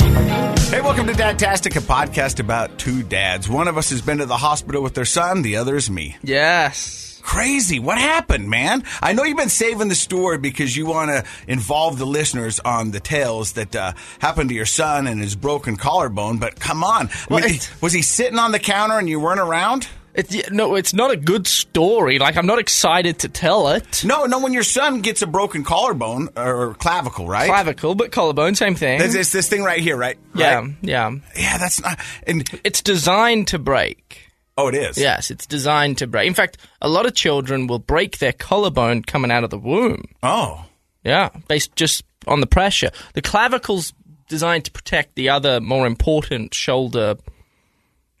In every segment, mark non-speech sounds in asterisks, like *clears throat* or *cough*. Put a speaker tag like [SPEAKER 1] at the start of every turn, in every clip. [SPEAKER 1] Hey, welcome to Dadtastic, a podcast about two dads. One of us has been to the hospital with their son, the other is me.
[SPEAKER 2] Yes.
[SPEAKER 1] Crazy. What happened, man? I know you've been saving the story because you want to involve the listeners on the tales that uh, happened to your son and his broken collarbone, but come on. I
[SPEAKER 2] Well,
[SPEAKER 1] mean,
[SPEAKER 2] it-
[SPEAKER 1] was he sitting on the counter and you weren't around?
[SPEAKER 2] It, y- no, it's not a good story. Like, I'm not excited to tell it.
[SPEAKER 1] No, no, when your son gets a broken collarbone or clavicle, right?
[SPEAKER 2] Clavicle, but collarbone, same thing.
[SPEAKER 1] It's, it's this thing right here, right?
[SPEAKER 2] yeah,
[SPEAKER 1] Right?
[SPEAKER 2] yeah.
[SPEAKER 1] Yeah, that's not. And,
[SPEAKER 2] It's designed to break.
[SPEAKER 1] oh, it is.
[SPEAKER 2] Yes, it's designed to break. In fact, a lot of children will break their collarbone coming out of the womb.
[SPEAKER 1] Oh.
[SPEAKER 2] Yeah, based just on the pressure. The clavicle's designed to protect the other more important shoulder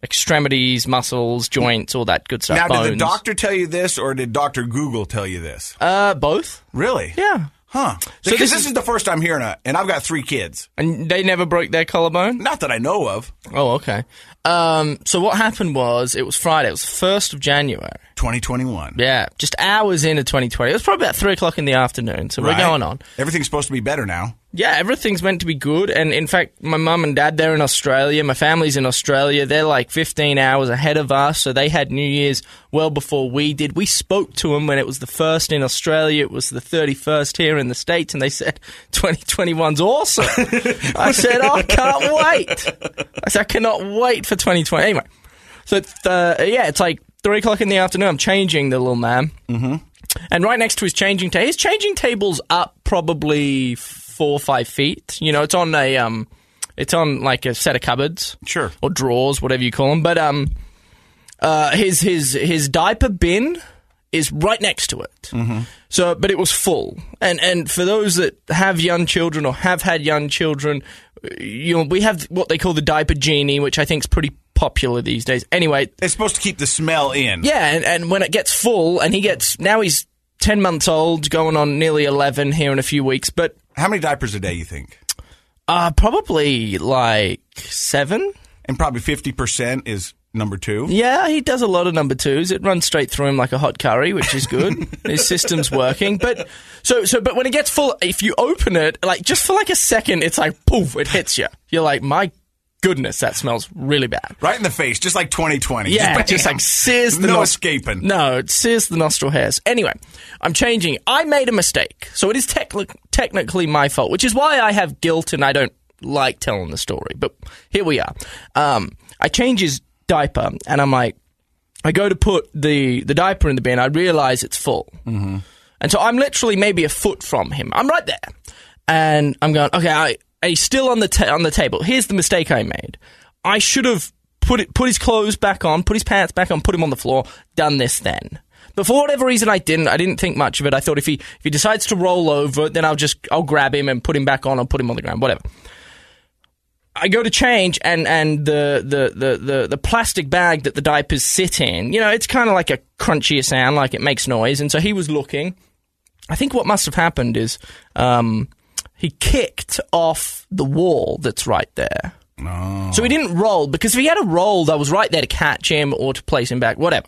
[SPEAKER 2] extremities, muscles, joints, all that good stuff.
[SPEAKER 1] Now,
[SPEAKER 2] bones.
[SPEAKER 1] did the doctor tell you this, or did Doctor Google tell you this?
[SPEAKER 2] Uh, both.
[SPEAKER 1] really?
[SPEAKER 2] Yeah.
[SPEAKER 1] Huh?
[SPEAKER 2] So
[SPEAKER 1] Because
[SPEAKER 2] this
[SPEAKER 1] this
[SPEAKER 2] is-
[SPEAKER 1] is the first time hearing it, and I've got three kids.
[SPEAKER 2] And they never broke their collarbone.
[SPEAKER 1] Not that I know of.
[SPEAKER 2] Oh, okay. Um, so what happened was it was Friday. It was first of January.
[SPEAKER 1] 2021.
[SPEAKER 2] Yeah, just hours into 2020. It was probably about three o'clock in the afternoon. So
[SPEAKER 1] Right?
[SPEAKER 2] we're going on.
[SPEAKER 1] Everything's supposed to be better now.
[SPEAKER 2] Yeah, everything's meant to be good. And in fact, my mum and dad, they're in Australia. My family's in Australia. They're like 15 hours ahead of us. So they had New Year's well before we did. We spoke to them when it was the first in Australia. It was the 31st here in the States. And they said, 2021's awesome. I said, "Oh, I can't wait. I said, I cannot wait for 2020. Anyway, so it's, uh, yeah, it's like three o'clock in the afternoon. I'm changing the little man. And right next to his changing table, his changing table's up probably four or five feet. You know, it's on a um, it's on like a set of cupboards,
[SPEAKER 1] Sure.
[SPEAKER 2] or drawers, whatever you call them. But um, uh, his his his diaper bin is right next to it. Mm-hmm. So, but it was full. And and for those that have young children or have had young children, you know, we have what they call the diaper genie, which I think is pretty popular these days. Anyway,
[SPEAKER 1] It's supposed to keep the smell in.
[SPEAKER 2] yeah, and, and when it gets full, and he gets now he's ten months old, going on nearly eleven here in a few weeks, but
[SPEAKER 1] How many diapers a day you think?
[SPEAKER 2] uh, probably like seven.
[SPEAKER 1] And probably 50 percent is number two.
[SPEAKER 2] Yeah, he does a lot of number twos. It runs straight through him like a hot curry, which is *laughs* good. His system's working, but so so. But when it gets full, if you open it, like just for like a second, it's like poof, it hits you. You're like, my goodness, that smells really bad.
[SPEAKER 1] Right in the face, just like 2020.
[SPEAKER 2] Yeah,
[SPEAKER 1] bam.
[SPEAKER 2] just, like sears the
[SPEAKER 1] no
[SPEAKER 2] nos-
[SPEAKER 1] escaping.
[SPEAKER 2] No, it sears the nostril hairs. Anyway, I'm changing. it. I made a mistake, so it is technic technically my fault, which is why I have guilt and I don't like telling the story. But here we are. Um, I change his diaper, and I'm like, I go to put the the diaper in the bin. I realize it's full, mm-hmm. and so I'm literally maybe a foot from him. I'm right there, and I'm going, okay, I, he's still on the ta- on the table. Here's the mistake I made. I should have put it, put his clothes back on, put his pants back on, put him on the floor. Done this then. But for whatever reason, I didn't. I didn't think much of it. I thought if he if he decides to roll over, then I'll just I'll grab him and put him back on or put him on the ground, whatever. I go to change and and the the the the, the plastic bag that the diapers sit in, you know, it's kind of like a crunchier sound, like it makes noise. And so he was looking. I think what must have happened is um, he kicked off the wall that's right there. So he didn't roll because if he had a rolled, I was right there to catch him or to place him back, whatever.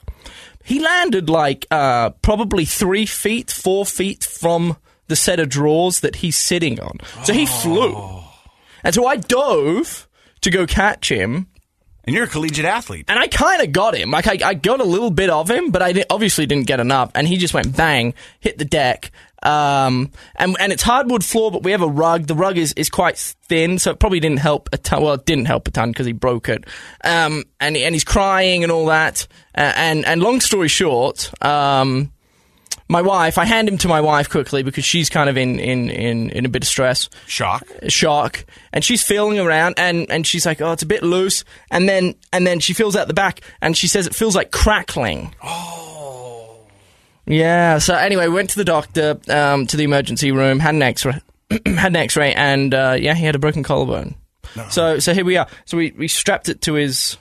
[SPEAKER 2] He landed like uh, probably three feet, four feet from the set of drawers that he's sitting on. So he flew. And so I dove to go catch him,
[SPEAKER 1] And you're a collegiate athlete.
[SPEAKER 2] and I kind of got him. Like, I, I got a little bit of him, but I di- obviously didn't get enough. And he just went bang, hit the deck. Um, and, and it's hardwood floor, but we have a rug. The rug is, is quite thin, so it probably didn't help a ton. Well, it didn't help a ton because he broke it. Um, and, he- and he's crying and all that. Uh, and, and long story short, um, my wife, I hand him to my wife quickly because she's kind of in, in, in, in a bit of stress
[SPEAKER 1] Shock.
[SPEAKER 2] shock and she's feeling around and, and she's like oh it's a bit loose and then and then she feels out the back and she says it feels like crackling oh yeah so anyway we went to the doctor um, to the emergency room had an x-ray *clears throat* had an x-ray and uh, yeah he had a broken collarbone so so here we are so we, we strapped it to his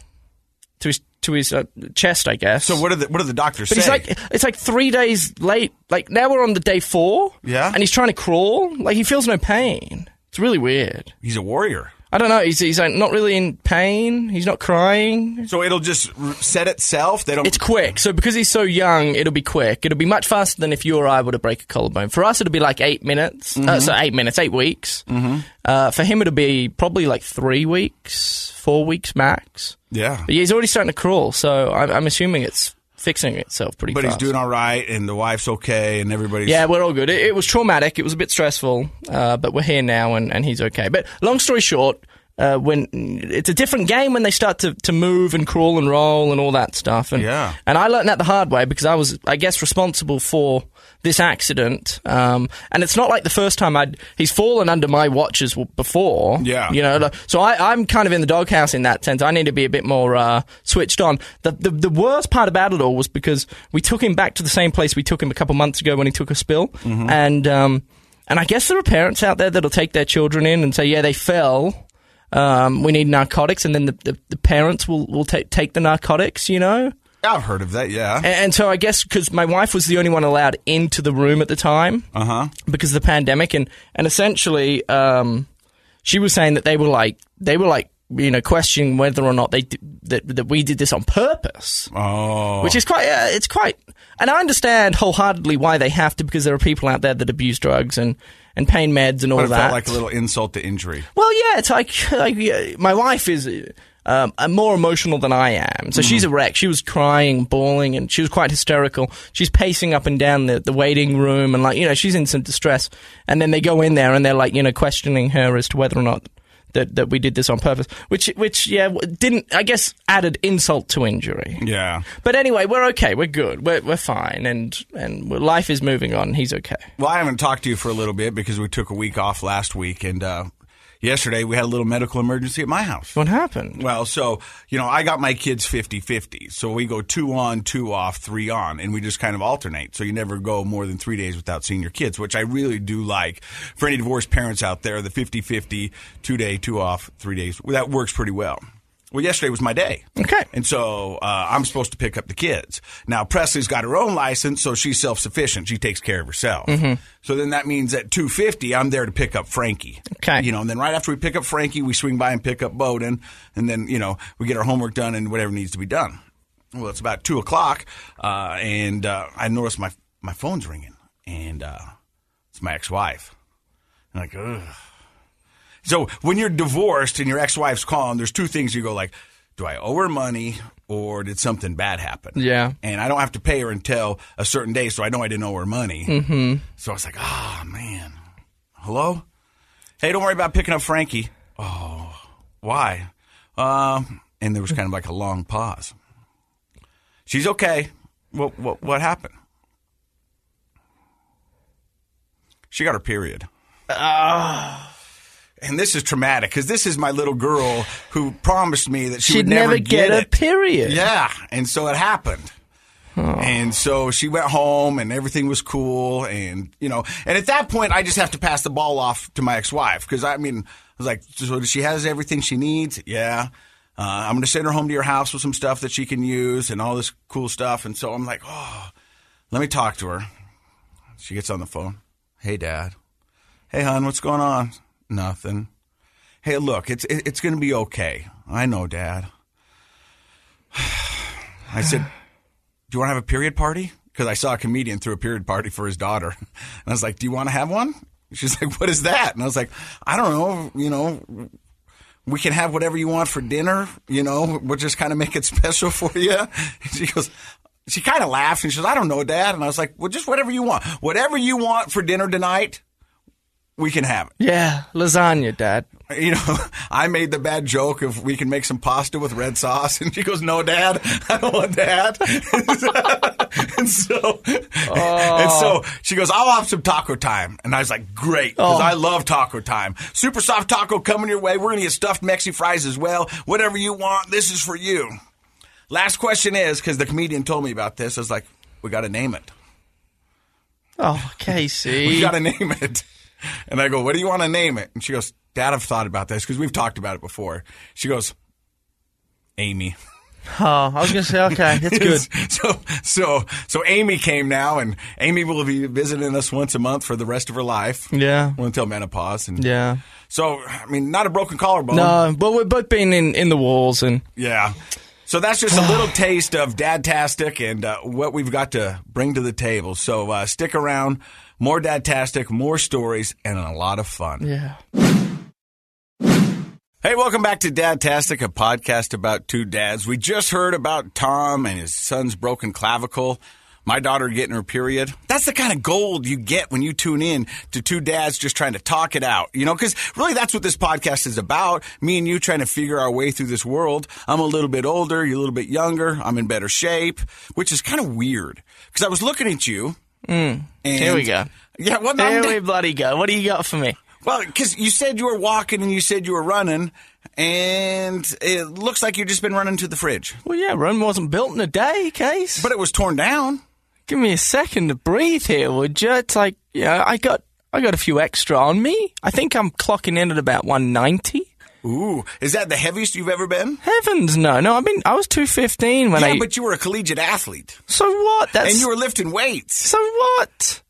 [SPEAKER 2] to his to his uh, chest i guess
[SPEAKER 1] So what are the what do the doctors
[SPEAKER 2] but
[SPEAKER 1] say?
[SPEAKER 2] he's like, it's like three days late. Like now we're on the day four.
[SPEAKER 1] Yeah.
[SPEAKER 2] And he's trying to crawl. Like he feels no pain. It's really weird.
[SPEAKER 1] He's a warrior.
[SPEAKER 2] I don't know. He's, he's like not really in pain. He's not crying.
[SPEAKER 1] So it'll just r- set itself. They don't.
[SPEAKER 2] It's quick. So because he's so young, it'll be quick. It'll be much faster than if you or I were to break a collarbone. For us, it'll be like eight minutes.
[SPEAKER 1] Mm-hmm.
[SPEAKER 2] Uh, so eight minutes, eight weeks. Mm-hmm. Uh, for him, it'll be probably like three weeks, four weeks max.
[SPEAKER 1] yeah.
[SPEAKER 2] But yeah, he's already starting to crawl. So I'm, I'm assuming it's fixing itself pretty
[SPEAKER 1] But
[SPEAKER 2] fast.
[SPEAKER 1] he's doing all right, and the wife's okay, and everybody's.
[SPEAKER 2] Yeah, we're all good. It, it was traumatic. It was a bit stressful, uh, but we're here now, and, and he's okay. But long story short, uh, when it's a different game when they start to, to move and crawl and roll and all that stuff. And
[SPEAKER 1] Yeah.
[SPEAKER 2] and I learned that the hard way because I was, I guess, responsible for this accident. Um, and it's not like the first time I'd he's fallen under my watches w- before.
[SPEAKER 1] Yeah.
[SPEAKER 2] you know. like- So I, I'm kind of in the doghouse in that sense. I need to be a bit more uh, switched on. The, the the worst part about it all was because we took him back to the same place we took him a couple months ago when he took a spill, and um, and I guess there are parents out there that'll take their children in and say, yeah, they fell um, we need narcotics, and then the, the, the parents will, will ta take the narcotics, you know?
[SPEAKER 1] I've heard of that. Yeah.
[SPEAKER 2] And, and so I guess because my wife was the only one allowed into the room at the time
[SPEAKER 1] Uh huh.
[SPEAKER 2] because of the pandemic, and, and essentially um, she was saying that they were like, they were like, you know, questioning whether or not they did, that, that we did this on purpose
[SPEAKER 1] Oh.
[SPEAKER 2] which is quite uh, it's quite and I understand wholeheartedly why they have to because there are people out there that abuse drugs and and pain meds and all
[SPEAKER 1] but it
[SPEAKER 2] that
[SPEAKER 1] felt like a little insult to injury.
[SPEAKER 2] well, yeah, it's like, *laughs* like yeah, my wife is um, uh, more emotional than I am,
[SPEAKER 1] Hmm.
[SPEAKER 2] so she's a wreck. She was crying, bawling, and she was quite hysterical. She's pacing up and down the, the waiting room, and like you know, she's in some distress. And then they go in there, and they're like, you know, questioning her as to whether or not that, that we did this on purpose, which which yeah w- didn't I guess added insult to injury.
[SPEAKER 1] Yeah.
[SPEAKER 2] But anyway, we're okay, we're good, we're we're fine, and and life is moving on. He's okay.
[SPEAKER 1] Well, I haven't talked to you for a little bit because we took a week off last week, and uh, yesterday we had a little medical emergency at my house.
[SPEAKER 2] What happened?
[SPEAKER 1] Well, so, you know, I got my kids 50 50. So we go two on, two off, three on, and we just kind of alternate. So you never go more than three days without seeing your kids, which I really do like. For any divorced parents out there, the 50 50, two day, two off, three days, well, that works pretty well. Well, yesterday was my day.
[SPEAKER 2] Okay.
[SPEAKER 1] And so uh, I'm supposed to pick up the kids. Now, Presley's got her own license, so she's self sufficient. She takes care of herself. So then that means at 250, I'm there to pick up Frankie.
[SPEAKER 2] Okay.
[SPEAKER 1] You know, and then right after we pick up Frankie, we swing by and pick up Bowden, and then, you know, we get our homework done and whatever needs to be done. Well, it's about 2 o'clock, uh, and uh, I notice my, my phone's ringing, and uh, it's my ex wife. And like, ugh. So when you're divorced and your ex-wife's calling, there's two things you go like, do I owe her money or did something bad happen?
[SPEAKER 2] Yeah.
[SPEAKER 1] And I don't have to pay her until a certain day, so I know I didn't owe her money. Mm-hmm. So I was like, ah, man. Hello? Hey, don't worry about picking up Frankie. Oh, why? Um, and there was kind of like a long pause. She's okay. What, what, what happened? She got her period.
[SPEAKER 2] Ah.
[SPEAKER 1] And this is traumatic because this is my little girl who promised me that she
[SPEAKER 2] She'd
[SPEAKER 1] would never,
[SPEAKER 2] never get,
[SPEAKER 1] it.
[SPEAKER 2] a period.
[SPEAKER 1] Yeah, and so it happened. And so she went home, and everything was cool, and you know, and at that point, I just have to pass the ball off to my ex-wife because I mean, I was like, so she has everything she needs. Yeah, uh, I'm going to send her home to your house with some stuff that she can use and all this cool stuff. And so I'm like, oh, let me talk to her. She gets on the phone. Hey, Dad. Hey, hon, what's going on? Nothing. Hey, look, it's it, it's going to be okay. I know, Dad. I said, "Do you want to have a period party?" Because I saw a comedian threw a period party for his daughter, *laughs* and I was like, "Do you want to have one?" She's like, "What is that?" And I was like, "I don't know. You know, we can have whatever you want for dinner. You know, we'll just kind of make it *laughs* special for you." And she goes. She kind of laughed and she goes, "I don't know, Dad." And I was like, "Well, just whatever you want. Whatever you want for dinner tonight, we can have it."
[SPEAKER 2] Yeah, lasagna, Dad.
[SPEAKER 1] *laughs* you know, I made the bad joke of we can make some pasta with red sauce, *laughs* and she goes, "No, Dad, *laughs* I don't want that." *laughs* and so, *laughs* and so she goes, "I'll have some taco time," and I was like, "Great," because
[SPEAKER 2] Oh.
[SPEAKER 1] I love taco time. Super soft taco coming your way. We're gonna get stuffed Mexi fries as well. Whatever you want, this is for you. Last question is because the comedian told me about this. I was like, "We got to name it.
[SPEAKER 2] Oh,
[SPEAKER 1] We
[SPEAKER 2] *laughs* Casey.
[SPEAKER 1] got to name it." And I go, "What do you want to name it?" And she goes, "Dad, I've thought about this because we've talked about it before." She goes, Amy. *laughs*
[SPEAKER 2] Oh, I was going to say, okay, that's good.
[SPEAKER 1] so so so Amy came now, and Amy will be visiting us once a month for the rest of her life.
[SPEAKER 2] *laughs* Yeah.
[SPEAKER 1] until menopause. And
[SPEAKER 2] Yeah.
[SPEAKER 1] So I mean, not a broken collarbone.
[SPEAKER 2] No, but we've both been in, in the walls and
[SPEAKER 1] Yeah. So that's just a little taste of Dadtastic and uh, what we've got to bring to the table. So uh, stick around. More Dadtastic, more stories, and a lot of fun.
[SPEAKER 2] yeah.
[SPEAKER 1] Hey, welcome back to Dadtastic, a podcast about two dads. We just heard about Tom and his son's broken clavicle, my daughter getting her period. That's the kind of gold you get when you tune in to two dads just trying to talk it out, you know, because really that's what this podcast is about. Me and you trying to figure our way through this world. I'm a little bit older, you're a little bit younger, I'm in better shape, which is kind of weird because I was looking at you. and-
[SPEAKER 2] Hmm. Here we go.
[SPEAKER 1] Yeah, well,
[SPEAKER 2] There
[SPEAKER 1] I'm-
[SPEAKER 2] we bloody go. What do you got for me?
[SPEAKER 1] well, because you said you were walking and you said you were running, and it looks like you've just been running to the fridge.
[SPEAKER 2] Well, yeah, Rome wasn't built in a day, Case.
[SPEAKER 1] But it was torn down.
[SPEAKER 2] give me a second to breathe here, would you? It's like, yeah, I got, I got a few extra on me. I think I'm clocking in at about 190.
[SPEAKER 1] Ooh, is that the heaviest you've ever been?
[SPEAKER 2] Heavens, no, no. I mean, I was 215 when
[SPEAKER 1] Yeah,
[SPEAKER 2] I.
[SPEAKER 1] but you were a collegiate athlete
[SPEAKER 2] so what? That's
[SPEAKER 1] and you were lifting weights.
[SPEAKER 2] so what?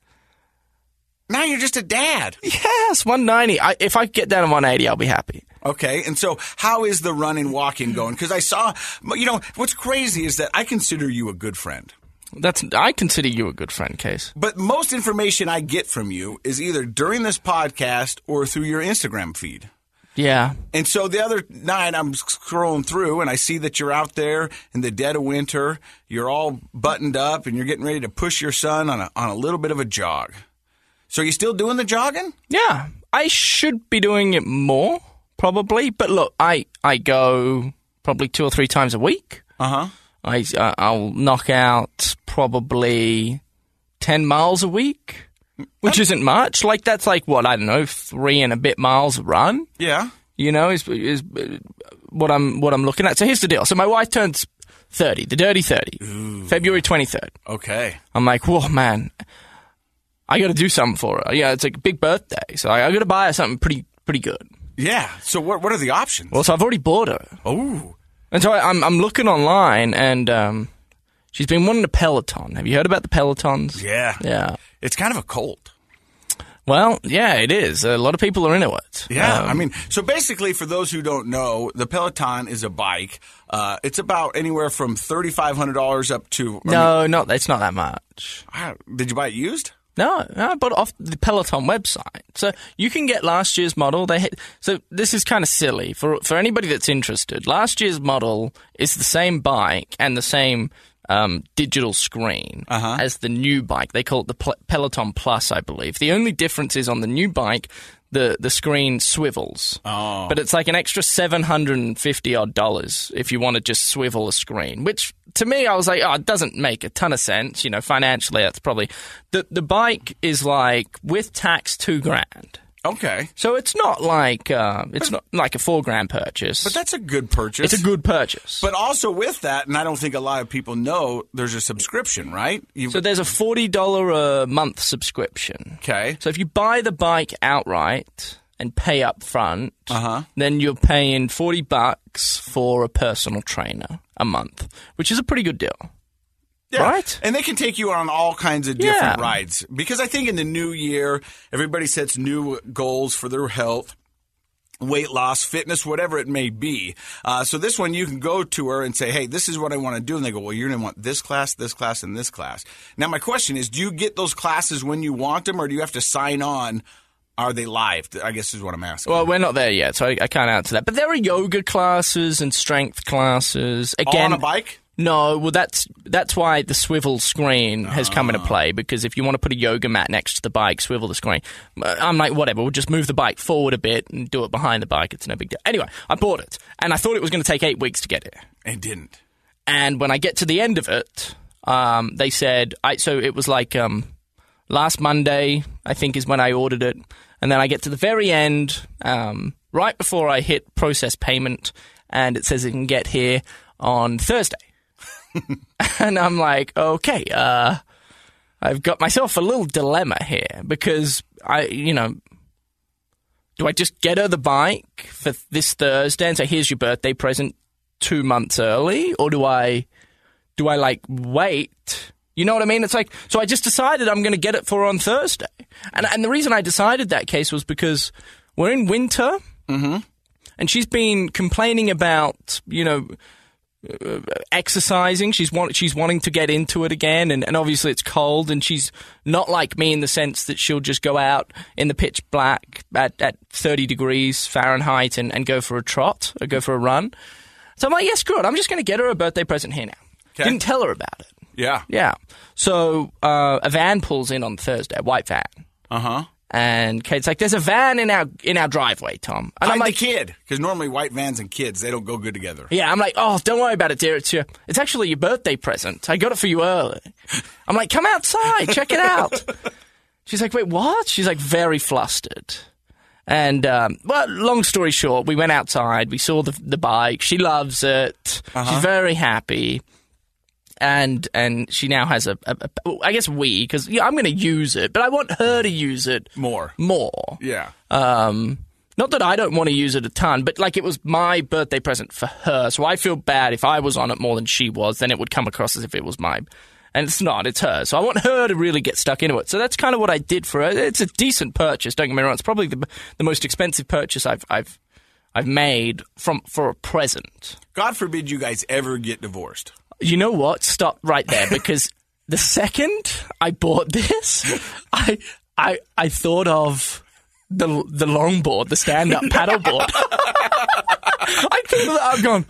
[SPEAKER 1] Now you're just a dad.
[SPEAKER 2] Yes, 190. I, if I get down to 180, I'll be happy.
[SPEAKER 1] Okay, and so how is the running walking going? Because I saw, you know, what's crazy is that I consider you a good friend.
[SPEAKER 2] That's. I consider you a good friend, Case.
[SPEAKER 1] But most information I get from you is either during this podcast or through your Instagram feed.
[SPEAKER 2] Yeah.
[SPEAKER 1] And so the other night, I'm scrolling through and I see that you're out there in the dead of winter. You're all buttoned up and you're getting ready to push your son on a, on a little bit of a jog. So you still doing the jogging?
[SPEAKER 2] Yeah, I should be doing it more probably. But look, I I go probably two or three times a week.
[SPEAKER 1] Uh huh.
[SPEAKER 2] I I- I'll knock out probably ten miles a week, which isn't much. Like that's like what I don't know, three and a bit miles a run.
[SPEAKER 1] Yeah.
[SPEAKER 2] You know, is is uh, what I'm what I'm looking at. So here's the deal. So my wife turns thirty, the dirty thirty, February twenty third.
[SPEAKER 1] Okay.
[SPEAKER 2] I'm like, whoa, man, I got to do something for her. Yeah, it's like a big birthday, so I, I got to buy her something pretty pretty good.
[SPEAKER 1] Yeah. So what what are the options?
[SPEAKER 2] Well, so I've already bought her,
[SPEAKER 1] oh.
[SPEAKER 2] and so I, I'm I'm looking online, and um, she's been wanting a Peloton. Have you heard about the Pelotons?
[SPEAKER 1] Yeah.
[SPEAKER 2] Yeah.
[SPEAKER 1] It's kind of a cult.
[SPEAKER 2] Well, yeah, it is. A lot of people are into it.
[SPEAKER 1] Yeah,
[SPEAKER 2] Um,
[SPEAKER 1] I mean, so basically, for those who don't know, the Peloton is a bike. Uh, it's about anywhere from thirty five hundred dollars up to. I mean,
[SPEAKER 2] no, not it's not that much.
[SPEAKER 1] ah, did you buy it used?
[SPEAKER 2] No, no, I bought it off the Peloton website, so you can get last year's model. They hit, so this is kind of silly for for anybody that's interested. Last year's model is the same bike and the same um, digital screen as the new bike. They call it the Pel- Peloton Plus, I believe. The only difference is on the new bike, the the screen swivels.
[SPEAKER 1] Oh.
[SPEAKER 2] But it's like an extra seven hundred and fifty odd dollars if you want to just swivel a screen. Which to me, I was like, oh, it doesn't make a ton of sense. You know, financially, that's probably the the bike is like with tax two grand.
[SPEAKER 1] Okay,
[SPEAKER 2] So it's not like uh, it's not like a four grand purchase.
[SPEAKER 1] but that's a good purchase.
[SPEAKER 2] it's a good purchase.
[SPEAKER 1] But also with that, and I don't think a lot of people know, there's a subscription, right? You,
[SPEAKER 2] so there's a forty dollar a month subscription.
[SPEAKER 1] okay.
[SPEAKER 2] So if you buy the bike outright and pay up front,
[SPEAKER 1] Uh-huh.
[SPEAKER 2] then you're paying 40 bucks for a personal trainer a month, which is a pretty good deal.
[SPEAKER 1] Yeah.
[SPEAKER 2] Right?
[SPEAKER 1] And they can take you on all kinds of different
[SPEAKER 2] Yeah.
[SPEAKER 1] rides. Because I think in the new year, everybody sets new goals for their health. Weight loss, fitness, whatever it may be. Uh, so this one, you can go to her and say, "Hey, this is what I want to do," and they go, "Well, you're going to want this class, this class, and this class." Now, my question is, do you get those classes when you want them, or do you have to sign on? Are they live? I guess is what I'm asking.
[SPEAKER 2] Well, we're not there yet, so I, I can't answer that. But there are yoga classes and strength classes.
[SPEAKER 1] All
[SPEAKER 2] Again,
[SPEAKER 1] Oh, on a bike.
[SPEAKER 2] No, well, that's that's why the swivel screen has come
[SPEAKER 1] Ah.
[SPEAKER 2] into play because if you want to put a yoga mat next to the bike, swivel the screen. Uh, I'm like, whatever, we'll just move the bike forward a bit and do it behind the bike. It's no big deal. Anyway, I bought it and I thought it was going to take eight weeks to get here.
[SPEAKER 1] It didn't.
[SPEAKER 2] And when I get to the end of it, um, they said, I, so it was like um, last Monday, I think, is when I ordered it. And then I get to the very end, um, right before I hit process payment, and it says it can get here on Thursday. and I'm like, okay, uh, I've got myself a little dilemma here because I, you know, do I just get her the bike for this Thursday and say, here's your birthday present? two months early, or do I do I like wait? You know what I mean? It's like so I just decided I'm going to get it for on Thursday, and and the reason I decided that case was because we're in winter, and she's been complaining about you know exercising. She's want, she's wanting to get into it again, and, and obviously it's cold, and she's not like me in the sense that she'll just go out in the pitch black at, at 30 degrees Fahrenheit and, and go for a trot or go for a run. So I'm like, yeah, screw it. I'm just going to get her a birthday present here now.
[SPEAKER 1] Okay.
[SPEAKER 2] Didn't tell her about it.
[SPEAKER 1] Yeah.
[SPEAKER 2] Yeah. So uh, a van pulls in on Thursday, a white van.
[SPEAKER 1] Uh huh.
[SPEAKER 2] And Kate's like, "There's a van in our in our driveway, Tom." And
[SPEAKER 1] I'm
[SPEAKER 2] like,
[SPEAKER 1] the kid because normally white vans and kids they don't go good together.
[SPEAKER 2] Yeah, I'm like, oh, don't worry about it, dear. It's your, it's actually your birthday present. I got it for you early. *laughs* I'm like, come outside, check it out. She's like, wait, what? She's like, very flustered. And um, well, long story short, we went outside. We saw the the bike. She loves it. She's very happy. And and she now has a, a, a I guess we because yeah, I'm going to use it, but I want her to use it
[SPEAKER 1] More.
[SPEAKER 2] Mm. more.
[SPEAKER 1] Yeah.
[SPEAKER 2] Um, not that I don't want to use it a ton, but like it was my birthday present for her, so I feel bad if I was on it more than she was. Then it would come across as if it was mine, and it's not. It's her, so I want her to really get stuck into it. So that's kind of what I did for her. It's a decent purchase. Don't get me wrong; it's probably the the most expensive purchase I've I've I've made from for a present.
[SPEAKER 1] God forbid you guys ever get divorced.
[SPEAKER 2] You know what? Stop right there because the second I bought this, I I I thought of the the longboard, the stand up paddleboard. *laughs* I think that I've gone.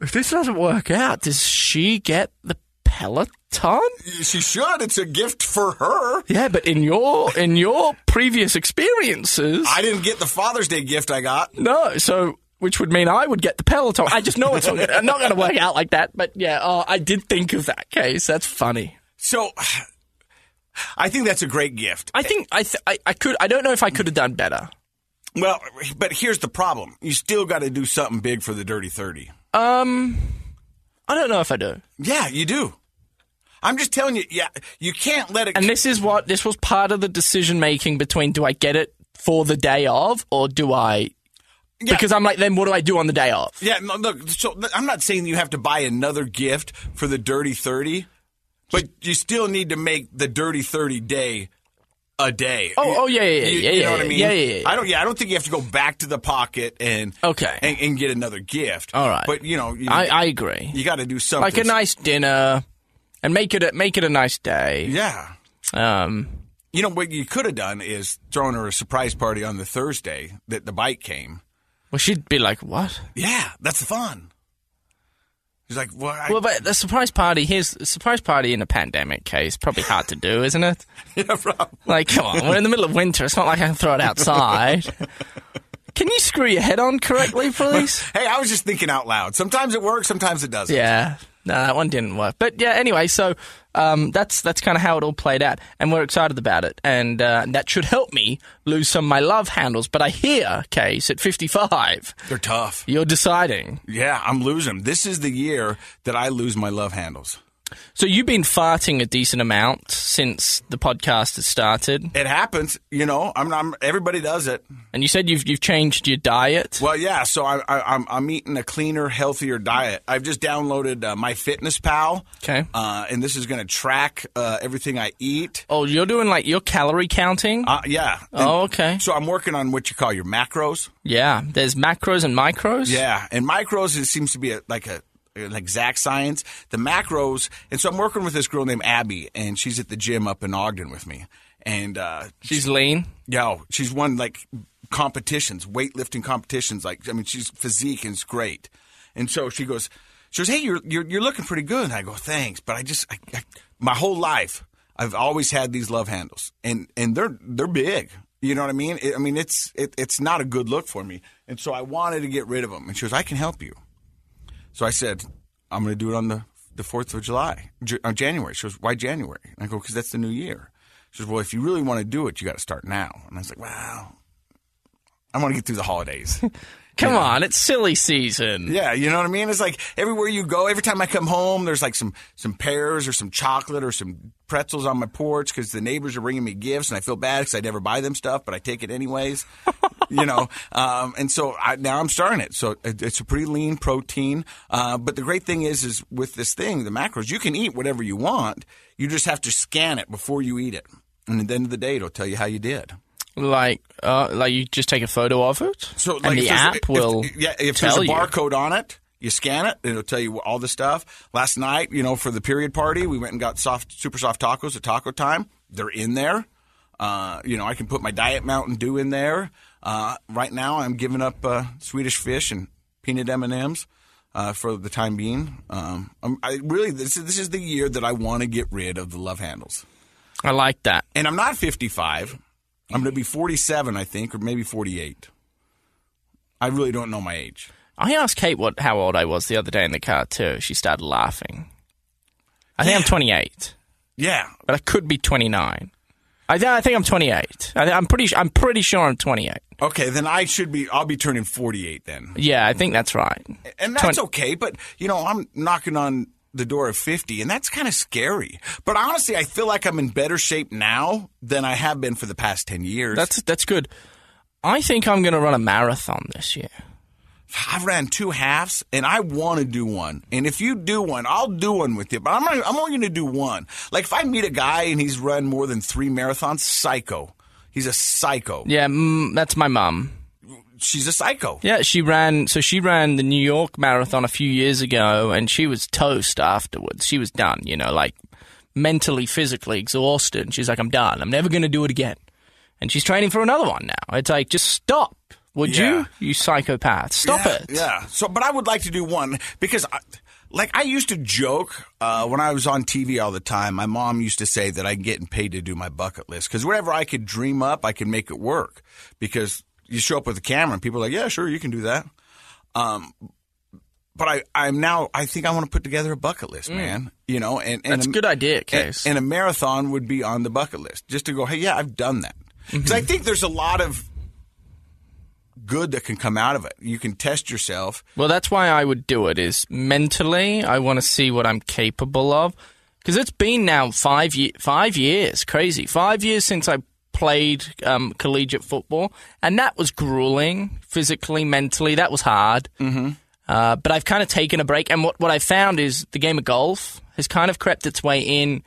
[SPEAKER 2] If this doesn't work out, does she get the Peloton?
[SPEAKER 1] She should. It's a gift for her.
[SPEAKER 2] Yeah, but in your in your previous experiences,
[SPEAKER 1] I didn't get the Father's Day gift I got.
[SPEAKER 2] No, so which would mean I would get the Peloton. I just know it's not going to work out like that. But yeah, oh, I did think of that case. That's funny.
[SPEAKER 1] So *sighs* I think that's a great gift.
[SPEAKER 2] I think I, th- I I could I don't know if I could have done better.
[SPEAKER 1] Well, but here's the problem. You still got to do something big for the Dirty 30.
[SPEAKER 2] Um, I don't know if I do.
[SPEAKER 1] Yeah, you do. I'm just telling you, yeah, you can't let it
[SPEAKER 2] And this is what this was part of the decision making between do I get it for the day of or do I
[SPEAKER 1] Yeah.
[SPEAKER 2] because I'm like then what do I do on the day of?
[SPEAKER 1] Yeah, no, look, so th- I'm not saying you have to buy another gift for the Dirty 30, but you still need to make the Dirty 30 day a day.
[SPEAKER 2] Oh, oh, yeah, yeah, yeah,
[SPEAKER 1] You,
[SPEAKER 2] yeah,
[SPEAKER 1] you
[SPEAKER 2] yeah,
[SPEAKER 1] know what I mean?
[SPEAKER 2] yeah, yeah, yeah.
[SPEAKER 1] I don't yeah, I don't think you have to go back to the pocket and
[SPEAKER 2] Okay.
[SPEAKER 1] and, and get another gift.
[SPEAKER 2] All right.
[SPEAKER 1] But you know, you,
[SPEAKER 2] I, I agree.
[SPEAKER 1] you got to do something.
[SPEAKER 2] Like a nice dinner and make it a, make it a nice day.
[SPEAKER 1] Yeah.
[SPEAKER 2] Um
[SPEAKER 1] You know what you could have done is thrown her a surprise party on the Thursday that the bike came.
[SPEAKER 2] well she'd be like what?
[SPEAKER 1] Yeah, that's fun. She's like, well, I, *laughs*
[SPEAKER 2] Well, but the surprise party here's a surprise party in a pandemic case probably hard to do, isn't it?
[SPEAKER 1] yeah, Rob.
[SPEAKER 2] Like, come on, we're in the middle of winter. It's not like I can throw it outside. Can you screw your head on correctly, please?
[SPEAKER 1] Hey, I was just thinking out loud. Sometimes it works, sometimes it doesn't.
[SPEAKER 2] Yeah. No, that one didn't work. But yeah, anyway, so um, that's that's kind of how it all played out, and we're excited about it, and uh, that should help me lose some of my love handles. But I hear, case at fifty-five,
[SPEAKER 1] They're tough.
[SPEAKER 2] you're deciding.
[SPEAKER 1] Yeah, I'm losing. 'em. This is the year that I lose my love handles.
[SPEAKER 2] So you've been farting a decent amount since the podcast has started,
[SPEAKER 1] It happens, you know. I'm, I'm everybody does it.
[SPEAKER 2] and you said you've you've changed your diet.
[SPEAKER 1] Well, yeah. So I, I, I'm I'm eating a cleaner, healthier diet. I've just downloaded uh, my Fitness Pal.
[SPEAKER 2] Okay.
[SPEAKER 1] Uh, and this is going to track uh, everything I eat.
[SPEAKER 2] Oh, you're doing like your calorie counting.
[SPEAKER 1] Uh, yeah.
[SPEAKER 2] oh, okay.
[SPEAKER 1] So I'm working on what you call your macros.
[SPEAKER 2] Yeah, there's macros and micros.
[SPEAKER 1] Yeah, and micros it seems to be a, like a an exact science. The macros, and so I'm working with this girl named Abby, and she's at the gym up in Ogden with me. And uh,
[SPEAKER 2] she's lean.
[SPEAKER 1] yo, oh, she's won like competitions, weightlifting competitions. Like I mean, she's physique and it's great. And so she goes, she goes, hey, you're you're, you're looking pretty good. And I go, thanks, but I just I, I, my whole life I've always had these love handles, and and they're they're big. You know what I mean? It, I mean it's it, it's not a good look for me, and so I wanted to get rid of them. And she goes, I can help you. So I said, I'm going to do it on the the fourth of July, J- uh, January. She goes, why January? And I go, because that's the new year. She goes, well, if you really want to do it, you got to start now. And I was like, wow, I want to get through the holidays.
[SPEAKER 2] Come on, it's silly season.
[SPEAKER 1] yeah, you know what I mean? It's like everywhere you go, every time I come home, there's like some some pears or some chocolate or some pretzels on my porch because the neighbors are bringing me gifts, and I feel bad because I never buy them stuff, but I take it anyways. you know. Um, and so I, now I'm starting it. So it, it's a pretty lean protein. Uh, but the great thing is, is with this thing, the macros, you can eat whatever you want. You just have to scan it before you eat it, and at the end of the day, it'll tell you how you did.
[SPEAKER 2] Like, uh, like you just take a photo of it,
[SPEAKER 1] So
[SPEAKER 2] and
[SPEAKER 1] like,
[SPEAKER 2] the
[SPEAKER 1] if there's-
[SPEAKER 2] app
[SPEAKER 1] if-
[SPEAKER 2] will
[SPEAKER 1] if, yeah, if
[SPEAKER 2] tell
[SPEAKER 1] there's a
[SPEAKER 2] you.
[SPEAKER 1] barcode on it. You scan it, and it'll tell you all the stuff. Last night, you know, for the period party, we went and got soft, super soft tacos at Taco Time. They're in there. Uh, you know, I can put my Diet Mountain Dew in there. Uh, right now, I'm giving up uh, Swedish fish and peanut M and M's uh, for the time being. Um, I'm, I really this is, this is the year that I want to get rid of the love handles
[SPEAKER 2] I like that.
[SPEAKER 1] and I'm not 55. I'm going to be 47, I think, or maybe 48. I really don't know my age.
[SPEAKER 2] I asked Kate what how old I was the other day in the car too. She started laughing. I think I'm 28,
[SPEAKER 1] Yeah,
[SPEAKER 2] but I could be 29. I, th- I think I'm 28. I th- I'm pretty. su- I'm pretty sure I'm 28.
[SPEAKER 1] okay, then I should be. I'll be turning 48 then,
[SPEAKER 2] Yeah, I think that's right.
[SPEAKER 1] and that's okay. But you know, I'm knocking on the door of 50, and that's kind of scary. But honestly, I feel like I'm in better shape now than I have been for the past 10 years.
[SPEAKER 2] That's that's good. I think I'm going to run a marathon this year.
[SPEAKER 1] I've ran two halves, and I want to do one. And if you do one, I'll do one with you. But I'm not, I'm only going to do one. Like if I meet a guy and he's run more than three marathons, psycho. He's a psycho.
[SPEAKER 2] Yeah, mm, that's my mum.
[SPEAKER 1] She's a psycho.
[SPEAKER 2] Yeah, she ran. So she ran the New York Marathon a few years ago, and she was toast afterwards. She was done, you know, like mentally, physically exhausted. And she's like, "I'm done. I'm never going to do it again." And she's training for another one now. It's like, just stop, would
[SPEAKER 1] Yeah.
[SPEAKER 2] you? You psychopath, stop
[SPEAKER 1] yeah,
[SPEAKER 2] it.
[SPEAKER 1] Yeah. So, but I would like to do one because, I, like, I used to joke uh, when I was on TV all the time. My mom used to say that I'm getting paid to do my bucket list because whatever I could dream up, I could make it work. Because you show up with a camera and people are like, "Yeah, sure, you can do that." Um, but I, I'm now. I think I want to put together a bucket list, man. You know, and, and
[SPEAKER 2] Mm. That's a good idea, Case.
[SPEAKER 1] and, and a marathon would be on the bucket list just to go, hey, yeah, I've done that. Because I think there's a lot of good that can come out of it. You can test yourself.
[SPEAKER 2] Well, that's why I would do it. Is mentally, I want to see what I'm capable of. Because it's been now five ye- five years, crazy five years since I played um, collegiate football, and that was grueling physically, mentally. That was hard. Mm-hmm. Uh, but I've kind of taken a break, and what what I found is the game of golf has kind of crept its way in.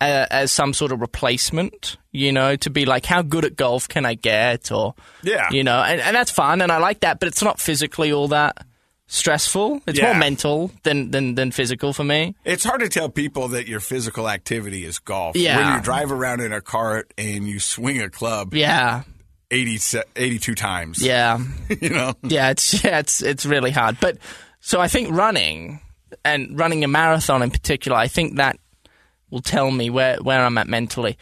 [SPEAKER 2] Uh, as some sort of replacement, you know, to be like, how good at golf can I get? Or,
[SPEAKER 1] Yeah.
[SPEAKER 2] you know, and, and that's fun, and I like that, but it's not physically all that stressful. It's
[SPEAKER 1] Yeah.
[SPEAKER 2] more mental than, than than physical for me.
[SPEAKER 1] It's hard to tell people that your physical activity is golf.
[SPEAKER 2] Yeah.
[SPEAKER 1] When you drive around in a cart and you swing a club
[SPEAKER 2] Yeah,
[SPEAKER 1] 80, se- 82 times.
[SPEAKER 2] yeah,
[SPEAKER 1] *laughs* You know?
[SPEAKER 2] yeah. It's *laughs* yeah, it's it's really hard. But so I think running and running a marathon in particular, I think that will tell me where where I'm at mentally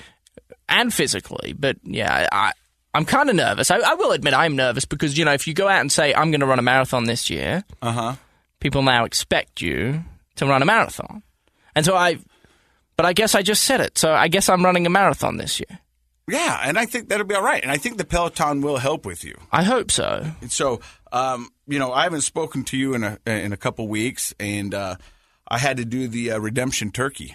[SPEAKER 2] and physically. But yeah, I. I'm kind of nervous. I, I will admit I'm nervous because you know if you go out and say I'm going to run a marathon this year,
[SPEAKER 1] Uh huh.
[SPEAKER 2] people now expect you to run a marathon. And so I, but I guess I just said it. So I guess I'm running a marathon this year.
[SPEAKER 1] Yeah. And I think that'll be all right. And I think the Peloton will help with you.
[SPEAKER 2] I hope so.
[SPEAKER 1] And so, um, you know, I haven't spoken to you in a, in a couple weeks, and uh, I had to do the uh, redemption turkey.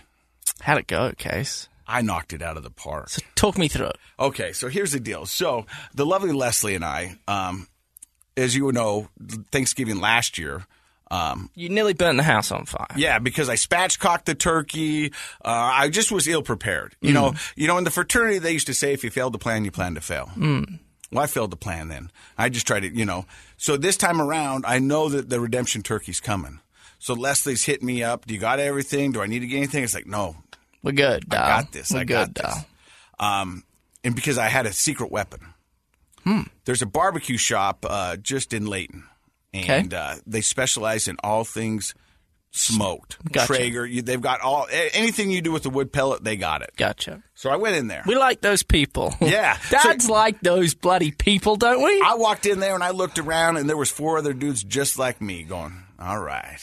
[SPEAKER 2] How'd it go, Case?
[SPEAKER 1] I knocked it out of the park.
[SPEAKER 2] So talk me through it.
[SPEAKER 1] Okay, so here's the deal. So the lovely Leslie and I, um, as you know, Thanksgiving last year. Um,
[SPEAKER 2] You nearly burnt the house on fire.
[SPEAKER 1] yeah, because I spatchcocked the turkey. Uh, I just was ill prepared. You know, you know, in the fraternity they used to say, if you fail to plan, you plan to fail. Well, I failed to plan then. I just tried to, you know. So this time around, I know that the redemption turkey's coming. So Leslie's hit me up. Do you got everything? Do I need to get anything? It's like, no,
[SPEAKER 2] We're good, Dal.
[SPEAKER 1] got this.
[SPEAKER 2] We're
[SPEAKER 1] I
[SPEAKER 2] good,
[SPEAKER 1] got this.
[SPEAKER 2] Dal.
[SPEAKER 1] Um, and because I had a secret weapon. There's a barbecue shop uh, just in Layton, and uh, they specialize in all things smoked.
[SPEAKER 2] Gotcha.
[SPEAKER 1] Traeger, you, they've got all a- anything you do with the wood pellet, they got it.
[SPEAKER 2] Gotcha.
[SPEAKER 1] So I went in there.
[SPEAKER 2] We like those people.
[SPEAKER 1] *laughs* Yeah.
[SPEAKER 2] Dads
[SPEAKER 1] So-
[SPEAKER 2] like those bloody people, don't we?
[SPEAKER 1] I walked in there and I looked around, and there was four other dudes just like me going, "All right,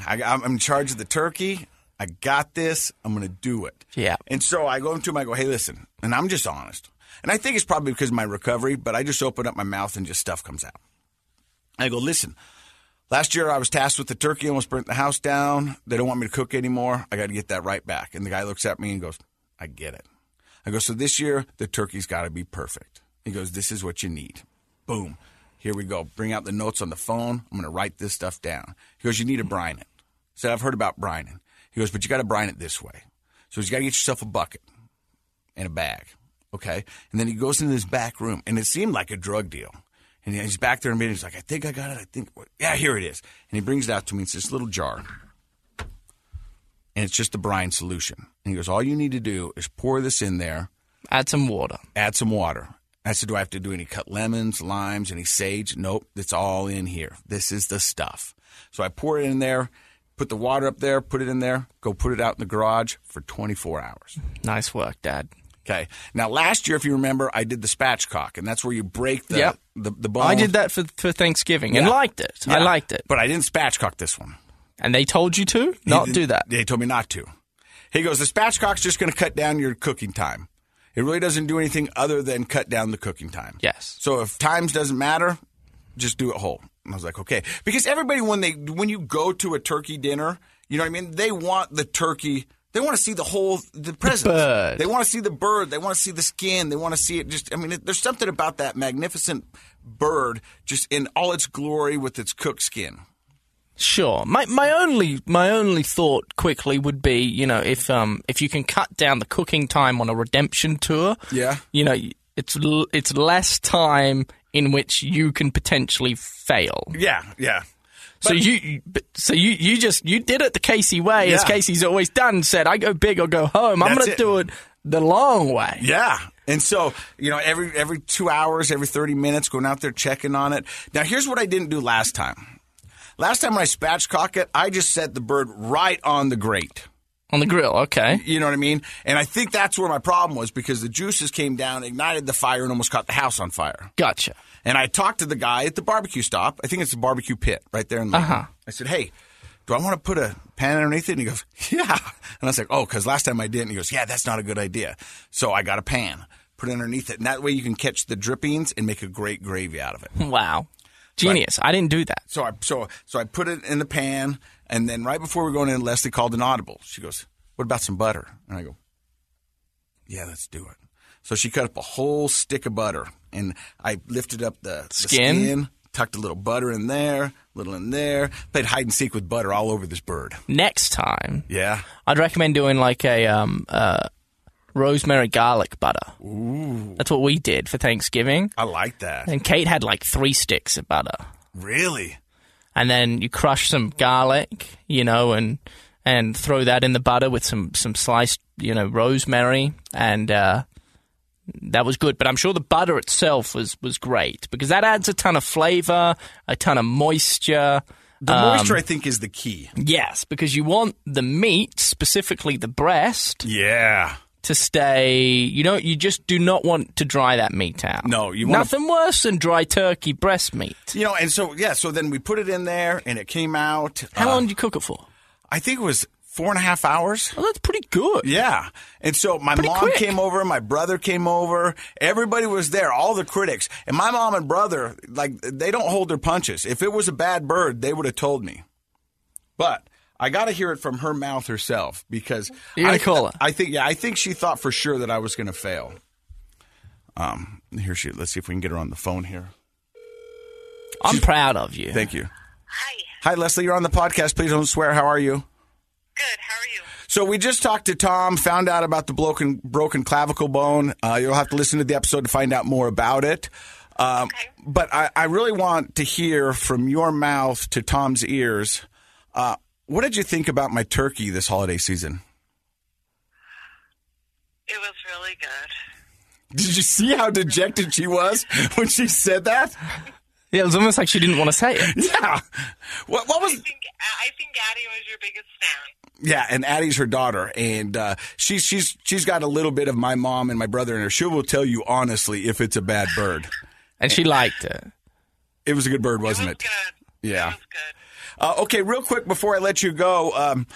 [SPEAKER 1] I, I'm in charge of the turkey. I got this. I'm going to do it."
[SPEAKER 2] Yeah.
[SPEAKER 1] And so I go into him. I go, "Hey, listen," and I'm just honest. And I think it's probably because of my recovery, but I just open up my mouth and just stuff comes out. I go, "Listen." Last year, I was tasked with the turkey. Almost burnt the house down. They don't want me to cook anymore. I got to get that right back. And the guy looks at me and goes, "I get it." I go, "So this year, the turkey's got to be perfect." He goes, "This is what you need." Boom. Here we go. Bring out the notes on the phone. I'm going to write this stuff down. He goes, You need to brine it. I said, I've heard about brining. He goes, But you got to brine it this way. So you got to get yourself a bucket and a bag. Okay. And then he goes into this back room, and it seemed like a drug deal. And he's back there in bed. He's like, I think I got it. I think, yeah, here it is. And he brings it out to me. It's this little jar. And it's just the brine solution. And he goes, All you need to do is pour this in there
[SPEAKER 2] Add some water.
[SPEAKER 1] add some water. I said, Do I have to do any cut lemons, limes, any sage? Nope, it's all in here. This is the stuff. So I pour it in there, put the water up there, put it in there, go put it out in the garage for 24 hours.
[SPEAKER 2] Nice work, Dad.
[SPEAKER 1] Okay. Now, last year, if you remember, I did the spatchcock, and that's where you break the,
[SPEAKER 2] Yep.
[SPEAKER 1] the, the bone.
[SPEAKER 2] I did that for, for Thanksgiving and
[SPEAKER 1] Oh. Yeah.
[SPEAKER 2] liked it.
[SPEAKER 1] Yeah.
[SPEAKER 2] I liked it.
[SPEAKER 1] But I didn't spatchcock this one.
[SPEAKER 2] And they told you to not do that.
[SPEAKER 1] They told me not to. He goes, The spatchcock's just going to cut down your cooking time. It really doesn't do anything other than cut down the cooking time.
[SPEAKER 2] Yes.
[SPEAKER 1] So if times doesn't matter, just do it whole. And I was like, okay, because everybody when they when you go to a turkey dinner, you know what I mean? They want the turkey. They want to see the whole the presence.
[SPEAKER 2] bird.
[SPEAKER 1] They want to see the bird. They want to see the skin. They want to see it. Just I mean, it, there's something about that magnificent bird just in all its glory with its cooked skin.
[SPEAKER 2] Sure. My my only my only thought quickly would be, you know, if um if you can cut down the cooking time on a redemption tour,
[SPEAKER 1] Yeah.
[SPEAKER 2] you know, it's l- it's less time in which you can potentially fail.
[SPEAKER 1] Yeah, yeah.
[SPEAKER 2] so you- you but- so you you just you did it the Casey way as
[SPEAKER 1] Yeah.
[SPEAKER 2] Casey's always done. Said I go big or go home. I'm
[SPEAKER 1] That's
[SPEAKER 2] going to
[SPEAKER 1] it.
[SPEAKER 2] do it the long way.
[SPEAKER 1] Yeah. And so, you know, every every two hours, every thirty minutes, going out there checking on it. Now, here's what I didn't do last time. Last time when I spatchcock it, I just set the bird right on the grate.
[SPEAKER 2] On the grill, okay.
[SPEAKER 1] You know what I mean? And I think that's where my problem was because the juices came down, ignited the fire, and almost caught the house on fire.
[SPEAKER 2] Gotcha.
[SPEAKER 1] And I talked to the guy at the barbecue stop. I think it's the barbecue pit right there in Lincoln. I said, hey, do I want to put a pan underneath it? And he goes, *laughs* yeah. And I was like, oh, because last time I did. And he goes, yeah, that's not a good idea. So I got a pan, put it underneath it. And that way you can catch the drippings and make a great gravy out of it.
[SPEAKER 2] Wow. Genius. I didn't do that.
[SPEAKER 1] So I, so, so I put it in the pan. And then right before we were going in, Leslie called an audible. She goes, what about some butter? And I go, yeah, let's do it. So she cut up a whole stick of butter, and I lifted up the the
[SPEAKER 2] Skin?
[SPEAKER 1] skin, tucked a little butter in there, little in there. Played hide and seek with butter all over this bird.
[SPEAKER 2] Next time,
[SPEAKER 1] Yeah,
[SPEAKER 2] I'd recommend doing like a um, uh, rosemary garlic butter. Ooh. That's what we did for Thanksgiving.
[SPEAKER 1] I like that.
[SPEAKER 2] And Kate had like three sticks of butter.
[SPEAKER 1] Really?
[SPEAKER 2] And then you crush some garlic, you know, and and throw that in the butter with some, some sliced, you know, rosemary. And uh, that was good. But I'm sure the butter itself was, was great because that adds a ton of flavor, a ton of moisture.
[SPEAKER 1] The
[SPEAKER 2] Um,
[SPEAKER 1] moisture, I think, is the key.
[SPEAKER 2] Yes, because you want the meat, specifically the breast,
[SPEAKER 1] Yeah.
[SPEAKER 2] to stay. You know, you just do not want to dry that meat out.
[SPEAKER 1] No, you wanna-
[SPEAKER 2] nothing worse than dry turkey breast meat.
[SPEAKER 1] You know, and so yeah, so then we put it in there, and it came out.
[SPEAKER 2] How
[SPEAKER 1] uh,
[SPEAKER 2] long did you cook it for?
[SPEAKER 1] I think it was four and a half hours.
[SPEAKER 2] Oh, that's pretty good.
[SPEAKER 1] Yeah. And so my mom
[SPEAKER 2] quick.
[SPEAKER 1] came over, my brother came over, everybody was there, all the critics. And my mom and brother, like, they don't hold their punches. If it was a bad bird, they would have told me. But I got to hear it from her mouth herself because
[SPEAKER 2] You're gonna
[SPEAKER 1] I,
[SPEAKER 2] call her.
[SPEAKER 1] I think, yeah, I think she thought for sure that I was going to fail. Um, here she, let's see if we can get her on the phone here.
[SPEAKER 2] I'm proud of you.
[SPEAKER 1] Thank you.
[SPEAKER 3] Hi.
[SPEAKER 1] Hi, Leslie, you're on the podcast. Please don't swear. How are you?
[SPEAKER 3] Good. How are you?
[SPEAKER 1] So we just talked to Tom, found out about the broken broken clavicle bone. Uh, you'll have to listen to the episode to find out more about it. Um,
[SPEAKER 3] Okay.
[SPEAKER 1] But I, I really want to hear from your mouth to Tom's ears. Uh, what did you think about my turkey this holiday season?
[SPEAKER 3] It was really good.
[SPEAKER 1] Did you see how dejected she was when she said that?
[SPEAKER 2] Yeah, it was almost like she didn't want to say it.
[SPEAKER 1] Yeah. What, what
[SPEAKER 3] I
[SPEAKER 1] was?
[SPEAKER 3] think I think Addie was your biggest fan.
[SPEAKER 1] Yeah, and Addie's her daughter, and uh, she's she's she's got a little bit of my mom and my brother in her. She will tell you honestly if it's a bad bird.
[SPEAKER 2] And she liked it.
[SPEAKER 1] It was a good bird,
[SPEAKER 3] It
[SPEAKER 1] wasn't
[SPEAKER 3] was
[SPEAKER 1] it?
[SPEAKER 3] good.
[SPEAKER 1] Yeah.
[SPEAKER 3] It was good.
[SPEAKER 1] Uh, okay, real quick before I let you go, um,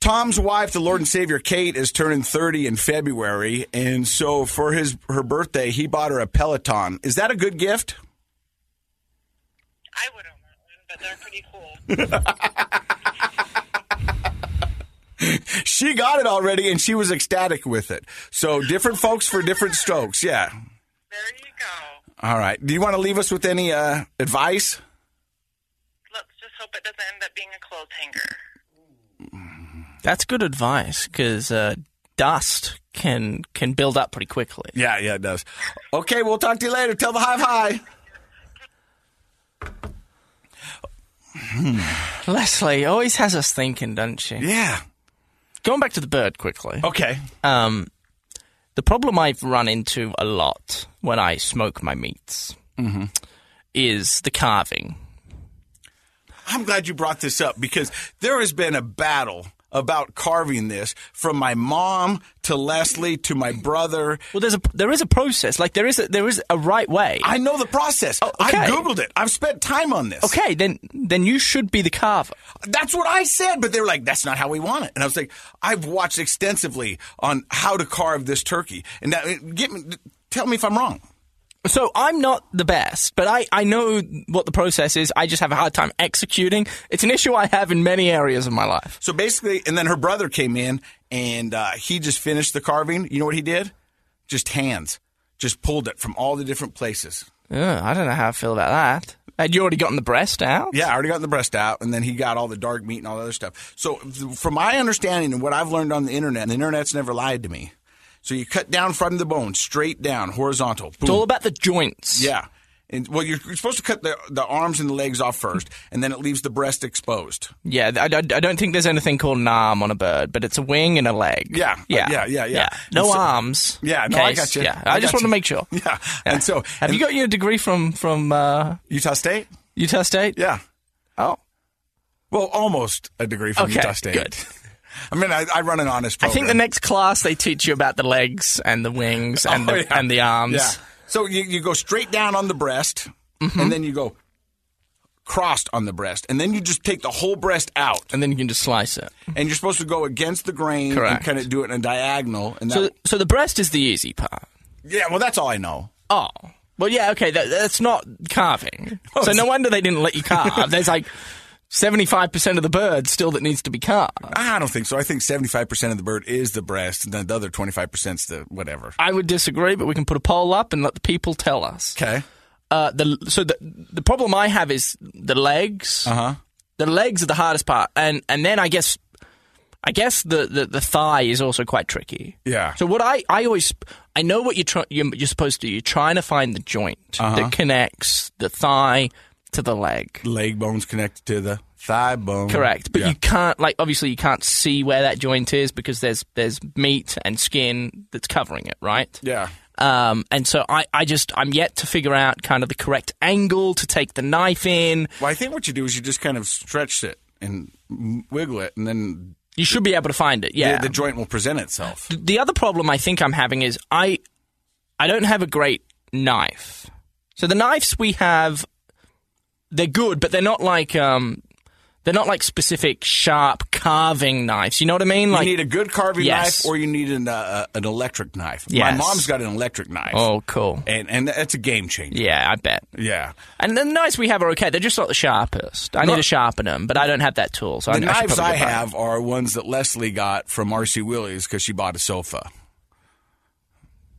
[SPEAKER 1] Tom's wife, the Lord and Savior Kate, is turning thirty in February, and so for his her birthday, he bought her a Peloton. Is that a good gift?
[SPEAKER 3] I would own that one, but they're pretty cool. *laughs*
[SPEAKER 1] She got it already, and she was ecstatic with it. So different folks for different strokes. Yeah.
[SPEAKER 3] there you go.
[SPEAKER 1] All right. Do you want to leave us with any uh, advice?
[SPEAKER 3] Let's just hope it doesn't end up being a clothes hanger.
[SPEAKER 2] That's good advice because uh, dust can can build up pretty quickly.
[SPEAKER 1] Yeah, yeah, it does. Okay, we'll talk to you later. Tell the hive hi.
[SPEAKER 2] Leslie always has us thinking, doesn't she?
[SPEAKER 1] Yeah.
[SPEAKER 2] Going back to the bird quickly.
[SPEAKER 1] Okay.
[SPEAKER 2] Um, the problem I've run into a lot when I smoke my meats is the carving.
[SPEAKER 1] I'm glad you brought this up because there has been a battle about carving this from my mom to Leslie to my brother.
[SPEAKER 2] Well, there's a there is a process. Like there is a, there is a right way.
[SPEAKER 1] I know the process.
[SPEAKER 2] okay.
[SPEAKER 1] Oh, I Googled it. I've spent time on this.
[SPEAKER 2] okay, then then you should be the carver.
[SPEAKER 1] That's what I said, but they were like, that's not how we want it. And I was like, I've watched extensively on how to carve this turkey. And that, get me, tell me if I'm wrong.
[SPEAKER 2] So I'm not the best, but I, I know what the process is. I just have a hard time executing. It's an issue I have in many areas of my life.
[SPEAKER 1] So basically, and then her brother came in and uh, he just finished the carving. You know what he did? Just hands. Just pulled it from all the different places.
[SPEAKER 2] Ugh, I don't know how I feel about that. Had you already gotten the breast out?
[SPEAKER 1] Yeah, I already got the breast out, and then he got all the dark meat and all the other stuff. So, th- from my understanding and what I've learned on the internet, and the internet's never lied to me. So you cut down from the bone, straight down, horizontal.
[SPEAKER 2] It's all
[SPEAKER 1] Boom.
[SPEAKER 2] about the joints.
[SPEAKER 1] Yeah. And, well, you're, you're supposed to cut the, the arms and the legs off first, *laughs* and then it leaves the breast exposed. *laughs*
[SPEAKER 2] Yeah, I, I- I don't think there's anything called an arm on a bird, but it's a wing and a leg.
[SPEAKER 1] Yeah, uh,
[SPEAKER 2] yeah,
[SPEAKER 1] yeah, yeah, yeah.
[SPEAKER 2] No
[SPEAKER 1] And so-
[SPEAKER 2] arms.
[SPEAKER 1] Yeah, no, I
[SPEAKER 2] case.
[SPEAKER 1] got you.
[SPEAKER 2] Yeah,
[SPEAKER 1] I
[SPEAKER 2] I, just
[SPEAKER 1] got
[SPEAKER 2] want to
[SPEAKER 1] you.
[SPEAKER 2] make sure.
[SPEAKER 1] Yeah. And so,
[SPEAKER 2] Have you got your degree from from uh,
[SPEAKER 1] Utah State?
[SPEAKER 2] Utah State?
[SPEAKER 1] Yeah.
[SPEAKER 2] Oh,
[SPEAKER 1] Well, almost a degree from
[SPEAKER 2] Okay,
[SPEAKER 1] Utah State. Oh,
[SPEAKER 2] good.
[SPEAKER 1] I mean, I, I run an honest
[SPEAKER 2] I
[SPEAKER 1] program.
[SPEAKER 2] think the next class they teach you about the legs and the wings and
[SPEAKER 1] *laughs* Oh,
[SPEAKER 2] the
[SPEAKER 1] yeah.
[SPEAKER 2] and the arms.
[SPEAKER 1] Yeah. So you, you go straight down on the breast, and then you go crossed on the breast, and then you just take the whole breast out,
[SPEAKER 2] And then you can just slice it.
[SPEAKER 1] and you're supposed to go against the grain
[SPEAKER 2] Correct.
[SPEAKER 1] and kind of do it in a diagonal. And
[SPEAKER 2] So,
[SPEAKER 1] that,
[SPEAKER 2] so the breast is the easy part.
[SPEAKER 1] yeah, well, that's all I know.
[SPEAKER 2] Oh. Well, yeah, okay, that, that's not carving. so no wonder they didn't let you carve. There's like 75% of the bird still that needs to be carved.
[SPEAKER 1] I don't think so. I think 75% of the bird is the breast, and then the other 25% is the whatever.
[SPEAKER 2] I would disagree, but we can put a poll up and let the people tell us.
[SPEAKER 1] Okay.
[SPEAKER 2] Uh, the, so the, the problem I have is the legs. Uh-huh. The legs are the hardest part. And, and then I guess I guess the, the, the thigh is also quite tricky.
[SPEAKER 1] Yeah.
[SPEAKER 2] So what I, I always I know what you're, try, you're you're supposed to do. You're trying to find the joint
[SPEAKER 1] Uh-huh.
[SPEAKER 2] that connects the thigh to the leg.
[SPEAKER 1] Leg bones connected to the thigh bone.
[SPEAKER 2] Correct, but
[SPEAKER 1] Yeah.
[SPEAKER 2] you can't like obviously you can't see where that joint is because there's there's meat and skin that's covering it, right?
[SPEAKER 1] Yeah.
[SPEAKER 2] Um, and so I, I just I'm yet to figure out kind of the correct angle to take the knife in.
[SPEAKER 1] Well, I think what you do is you just kind of stretch it and wiggle it, and then
[SPEAKER 2] You should be able to find it. Yeah.
[SPEAKER 1] the, the joint will present itself.
[SPEAKER 2] the other problem I think I'm having is I I don't have a great knife. So the knives we have they're good, but they're not like um they're not like specific sharp carving knives. You know what I mean? Like
[SPEAKER 1] you need a good carving
[SPEAKER 2] Yes.
[SPEAKER 1] knife or you need an, uh, an electric knife. My
[SPEAKER 2] Yes.
[SPEAKER 1] mom's got an electric knife.
[SPEAKER 2] Oh, cool.
[SPEAKER 1] And, and that's a game changer.
[SPEAKER 2] Yeah, I bet.
[SPEAKER 1] Yeah.
[SPEAKER 2] And the knives we have are okay. They're just not the sharpest. I need to sharpen them, but I don't have that tool. So I,
[SPEAKER 1] The
[SPEAKER 2] I should
[SPEAKER 1] knives
[SPEAKER 2] probably
[SPEAKER 1] I
[SPEAKER 2] go buy
[SPEAKER 1] have are ones that Leslie got from Marcy Willie's because she bought a sofa.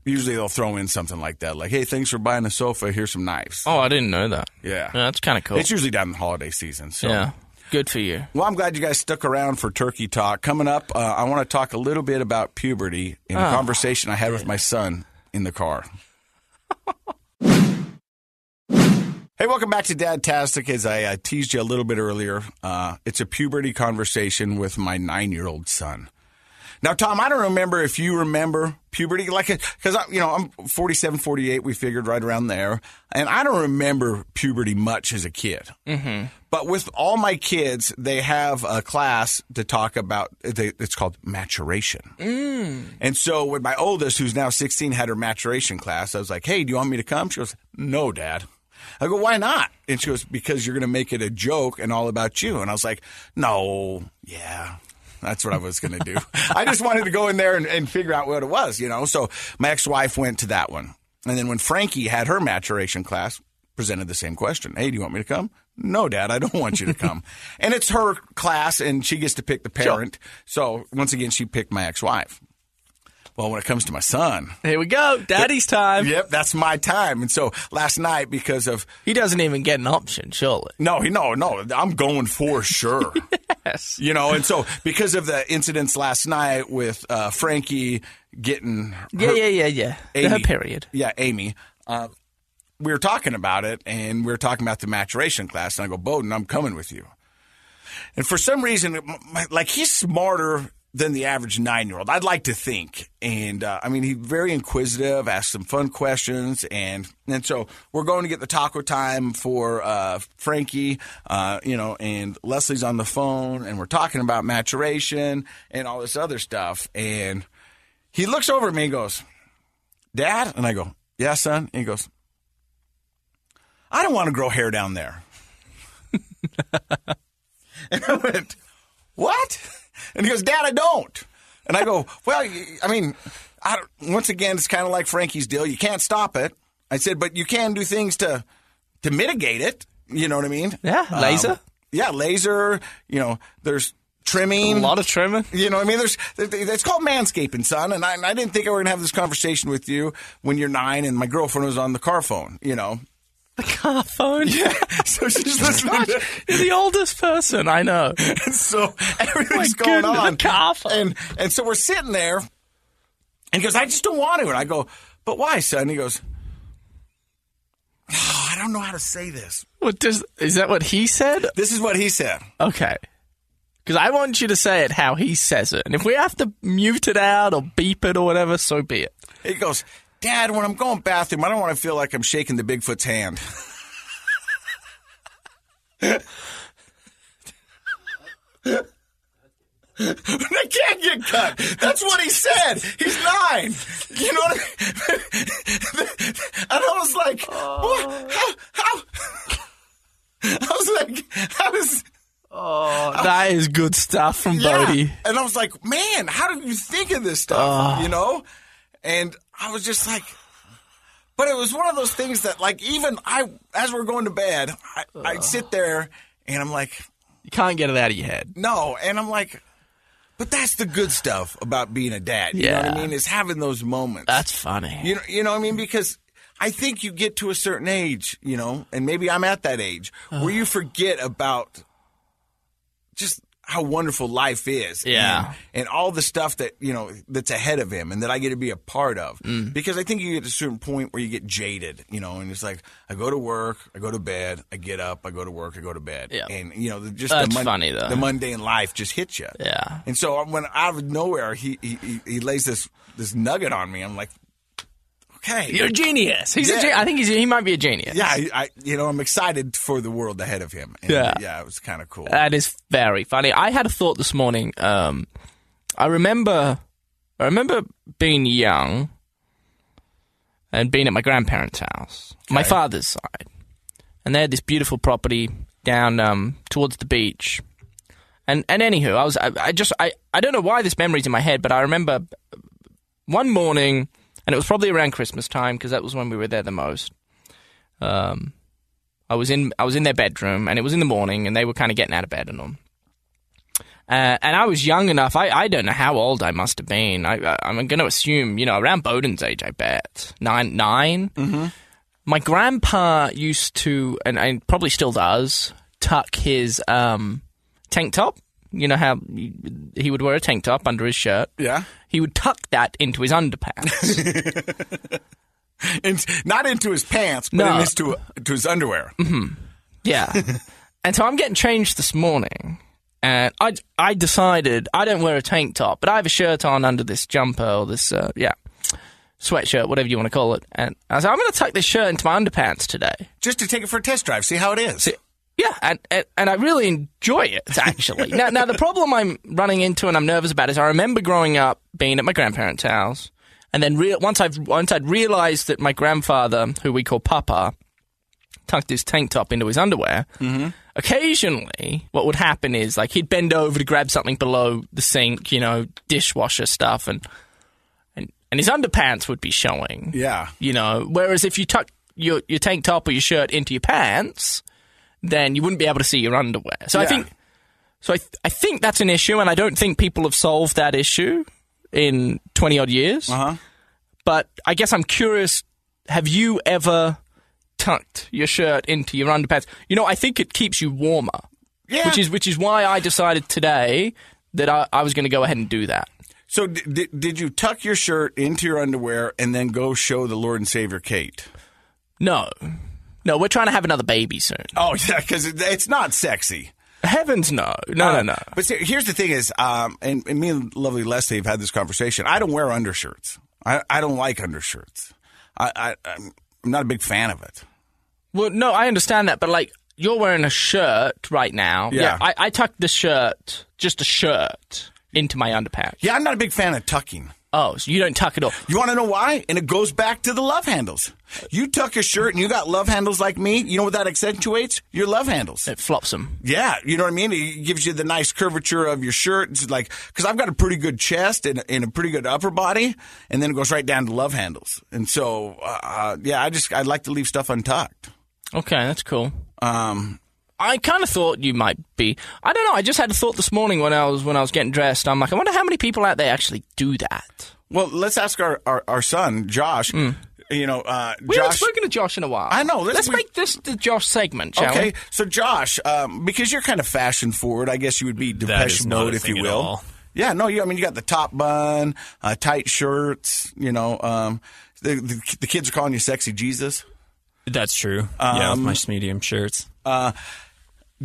[SPEAKER 1] Usually they'll throw in something like that, like, hey, thanks for buying a sofa. Here's some knives.
[SPEAKER 2] Oh, I didn't know that.
[SPEAKER 1] Yeah.
[SPEAKER 2] that's kind of cool.
[SPEAKER 1] It's usually down the holiday season. So.
[SPEAKER 2] yeah, good for you.
[SPEAKER 1] Well, I'm glad you guys stuck around for turkey talk. Coming up, uh, I want to talk a little bit about puberty in a conversation I had with my son in the car. Hey, welcome back to Dad Tastic. As I uh, teased you a little bit earlier, uh, it's a puberty conversation with my nine year old son. Now, Tom, I don't remember if you remember puberty, like, because, you know, I'm 47, 48, we figured right around there. And I don't remember puberty much as a kid. Mm-hmm. But with all my kids, they have a class to talk about, they, it's called maturation. And so when my oldest, who's now 16, had her maturation class, I was like, hey, do you want me to come? She goes, no, dad. I go, why not? And she goes, because you're going to make it a joke and all about you. And I was like, no, yeah. That's what I was going to do. I just wanted to go in there and, and figure out what it was, you know? So my ex wife went to that one. And then when Frankie had her maturation class, presented the same question. Hey, do you want me to come? No, Dad, I don't want you to come. and it's her class, and she gets to pick the parent. So once again, she picked my ex wife. Well, when it comes to my son,
[SPEAKER 2] Here we go. Daddy's time.
[SPEAKER 1] *laughs* yep, that's my time. And so last night, because of
[SPEAKER 2] He doesn't even get an option, surely.
[SPEAKER 1] no, he no, no, I'm going for sure. *laughs*
[SPEAKER 2] Yes.
[SPEAKER 1] You know, and so because of the incidents last night with uh, Frankie getting
[SPEAKER 2] Yeah,
[SPEAKER 1] her-
[SPEAKER 2] yeah, yeah, yeah.
[SPEAKER 1] Amy,
[SPEAKER 2] Her Uh, period.
[SPEAKER 1] Yeah, Amy. Uh, we were talking about it, and we were talking about the maturation class, and I go, Bowden, I'm coming with you. And for some reason, m- my- like he's smarter than the average nine year old. I'd like to think, and uh, I mean, he's very inquisitive, asks some fun questions, and and so we're going to get the taco time for uh, Frankie, uh, you know, and Leslie's on the phone, and we're talking about maturation and all this other stuff, and he looks over at me and goes, Dad? And I go, Yeah, son. And he goes, I don't want to grow hair down there. *laughs* and I went, What? And he goes, Dad, I don't. And I go, Well, y- I mean, I don't, once again, it's kind of like Frankie's deal. You can't stop it. I said, But you can do things to to mitigate it. You know what I mean? Um,
[SPEAKER 2] Yeah, laser.
[SPEAKER 1] yeah, laser. You know, there's trimming.
[SPEAKER 2] A lot of trimming.
[SPEAKER 1] You know, what I mean, there's it's called manscaping, son. And I, and I didn't think I were gonna have this conversation with you when you're nine, and my girlfriend was on the car phone. You know, *laughs*
[SPEAKER 2] The car phone. *laughs* Yeah.
[SPEAKER 1] so
[SPEAKER 2] Oh
[SPEAKER 1] she's listening. To,
[SPEAKER 2] *laughs* You're the oldest person I know.
[SPEAKER 1] and so everything's
[SPEAKER 2] Oh My
[SPEAKER 1] going
[SPEAKER 2] goodness,
[SPEAKER 1] on.
[SPEAKER 2] the car phone.
[SPEAKER 1] And and so we're sitting there, and he goes, "I just don't want to." And I go, "But why, son?" He goes, "Ah, "I don't know how to say this."
[SPEAKER 2] What does is that what he said?
[SPEAKER 1] This is what he said.
[SPEAKER 2] Okay. Because I want you to say it how he says it. And if we have to mute it out or beep it or whatever, so be it.
[SPEAKER 1] He goes, "Dad, when I'm going bathroom, I don't want to feel like I'm shaking the Bigfoot's hand." *laughs* I can't get cut. That's what he said. He's nine. You know what I mean? *laughs* And I was like, what? How? How? *laughs* I was like, how is.
[SPEAKER 2] that is good stuff from Bodie.
[SPEAKER 1] And I was like, man, how did you think of this stuff? You know? And I was just like, but it was one of those things that, like, even I, as we're going to bed, I, I'd sit there and I'm like,
[SPEAKER 2] You can't get it out of your head.
[SPEAKER 1] no. And I'm like, but that's the good stuff about being a dad. You know what I
[SPEAKER 2] Yeah.
[SPEAKER 1] mean? Is having those moments.
[SPEAKER 2] That's funny.
[SPEAKER 1] You know, you know what I mean? Because I think you get to a certain age, you know, and maybe I'm at that age where
[SPEAKER 2] Uh-huh.
[SPEAKER 1] you forget about just how wonderful life is.
[SPEAKER 2] Yeah.
[SPEAKER 1] And, and all the stuff that, you know, that's ahead of him and that I get to be a part of.
[SPEAKER 2] Mm.
[SPEAKER 1] Because I think you get to a certain point where you get jaded, you know, and it's like, I go to work, I go to bed, I get up, I go to work, I go to bed.
[SPEAKER 2] Yeah.
[SPEAKER 1] And, you know, the- just
[SPEAKER 2] That's
[SPEAKER 1] the, mon-
[SPEAKER 2] funny, though.
[SPEAKER 1] the mundane life just hits you.
[SPEAKER 2] Yeah.
[SPEAKER 1] And so uh, when out of nowhere, he, he, he- he lays this, this nugget on me. I'm like, okay.
[SPEAKER 2] You're a genius. He's a
[SPEAKER 1] Yeah.
[SPEAKER 2] gen- I think he's, he might be a genius.
[SPEAKER 1] yeah, I, I, you know, I'm excited for the world ahead of him. And,
[SPEAKER 2] Yeah. Uh,
[SPEAKER 1] Yeah, it was kind of cool.
[SPEAKER 2] That is very funny. I had a thought this morning. Um, I remember, I remember being young and being at my grandparents' house, my father's side, and they had this beautiful property down um, towards the beach. And and anywho, I was I, I just I, I don't know why this memory's in my head, but I remember one morning, and it was probably around Christmas time because that was when we were there the most. Um, I was in I was in their bedroom, and it was in the morning, and they were kind of getting out of bed and all. Uh, and I was young enough. I, I don't know how old I must have been. I, I I'm going to assume you know around Bowden's age. I bet nine Mm-hmm. My grandpa used to, and, and probably still does, tuck his um, tank top. You know how he he would wear a tank top under his shirt.
[SPEAKER 1] yeah.
[SPEAKER 2] He would tuck that into his underpants.
[SPEAKER 1] And not into his pants, but
[SPEAKER 2] No. Mm-hmm.
[SPEAKER 1] in his to, to his underwear.
[SPEAKER 2] yeah. And so I'm getting changed this morning, and I, I decided I don't wear a tank top, but I have a shirt on under this jumper or this, uh, yeah, sweatshirt, whatever you want to call it. And I said, I'm going to tuck this shirt into my underpants today.
[SPEAKER 1] Just to take it for a test drive, see how it is.
[SPEAKER 2] Yeah, and, and, and I really enjoy it, actually. now, now, the problem I'm running into and I'm nervous about is I remember growing up being at my grandparents' house, and then rea- once, I've, once I'd realized that my grandfather, who we call Papa, tucked his tank top into his underwear, occasionally what would happen is like he'd bend over to grab something below the sink, you know, dishwasher stuff, and, and, and his underpants would be showing
[SPEAKER 1] yeah.
[SPEAKER 2] you know. Whereas if you tuck your your tank top or your shirt into your pants, then you wouldn't be able to see your underwear. So I
[SPEAKER 1] Yeah.
[SPEAKER 2] think, so I I think that's an issue, and I don't think people have solved that issue. in 20 odd years.
[SPEAKER 1] Uh-huh.
[SPEAKER 2] But I guess I'm curious have you ever tucked your shirt into your underpants? You know, I think it keeps you warmer.
[SPEAKER 1] Yeah.
[SPEAKER 2] Which is which is why I decided today that I, I was going to go ahead and do that.
[SPEAKER 1] So d- d- did you tuck your shirt into your underwear and then go show the Lord and Savior Kate?
[SPEAKER 2] No. No, we're trying to have another baby soon.
[SPEAKER 1] Oh *laughs* yeah, because it's not sexy. Uh,
[SPEAKER 2] Heavens no. No, no, no.
[SPEAKER 1] But see, here's the thing: is um, and, and me and lovely Leslie have had this conversation. I don't wear undershirts. I, I don't like undershirts. I, I I'm I'm not a big fan of it.
[SPEAKER 2] Well, no, I understand that, but like you're wearing a shirt right now.
[SPEAKER 1] Yeah.
[SPEAKER 2] I, I tucked the shirt, just a shirt, into my underpants.
[SPEAKER 1] Yeah, I'm not a big fan of tucking.
[SPEAKER 2] Oh, so you don't tuck it all.
[SPEAKER 1] You want to know why? And it goes back to the love handles. You tuck your shirt and you got love handles like me. You know what that accentuates? Your love handles.
[SPEAKER 2] It flops them.
[SPEAKER 1] Yeah, you know what I mean. It gives you the nice curvature of your shirt. It's like because I've got a pretty good chest and, and a pretty good upper body, and then it goes right down to love handles. And so, uh, yeah, I just I like to leave stuff untucked.
[SPEAKER 2] Okay, that's cool.
[SPEAKER 1] Um,
[SPEAKER 2] I kind of thought you might be. I don't know. I just had a thought this morning when I was when I was getting dressed. I'm like, I wonder how many people out there actually do that.
[SPEAKER 1] well, let's ask our our, our son Josh. You know, uh,
[SPEAKER 2] We haven't
[SPEAKER 1] Josh.
[SPEAKER 2] spoken to Josh in a while.
[SPEAKER 1] I know, let's-
[SPEAKER 2] Let's
[SPEAKER 1] we-
[SPEAKER 2] make this the Josh segment, shall
[SPEAKER 1] Okay,
[SPEAKER 2] we?
[SPEAKER 1] so Josh, um, because you're kind of fashion forward, I guess you would be
[SPEAKER 4] is
[SPEAKER 1] Depeche
[SPEAKER 4] not
[SPEAKER 1] Mode,
[SPEAKER 4] a
[SPEAKER 1] if you
[SPEAKER 4] thing at
[SPEAKER 1] will.
[SPEAKER 4] all.
[SPEAKER 1] Yeah, no, you, I mean you got the top bun, uh, tight shirts. You know, um, the, the the kids are calling you sexy Jesus.
[SPEAKER 4] That's true. yeah,
[SPEAKER 2] Um,
[SPEAKER 4] with my medium shirts.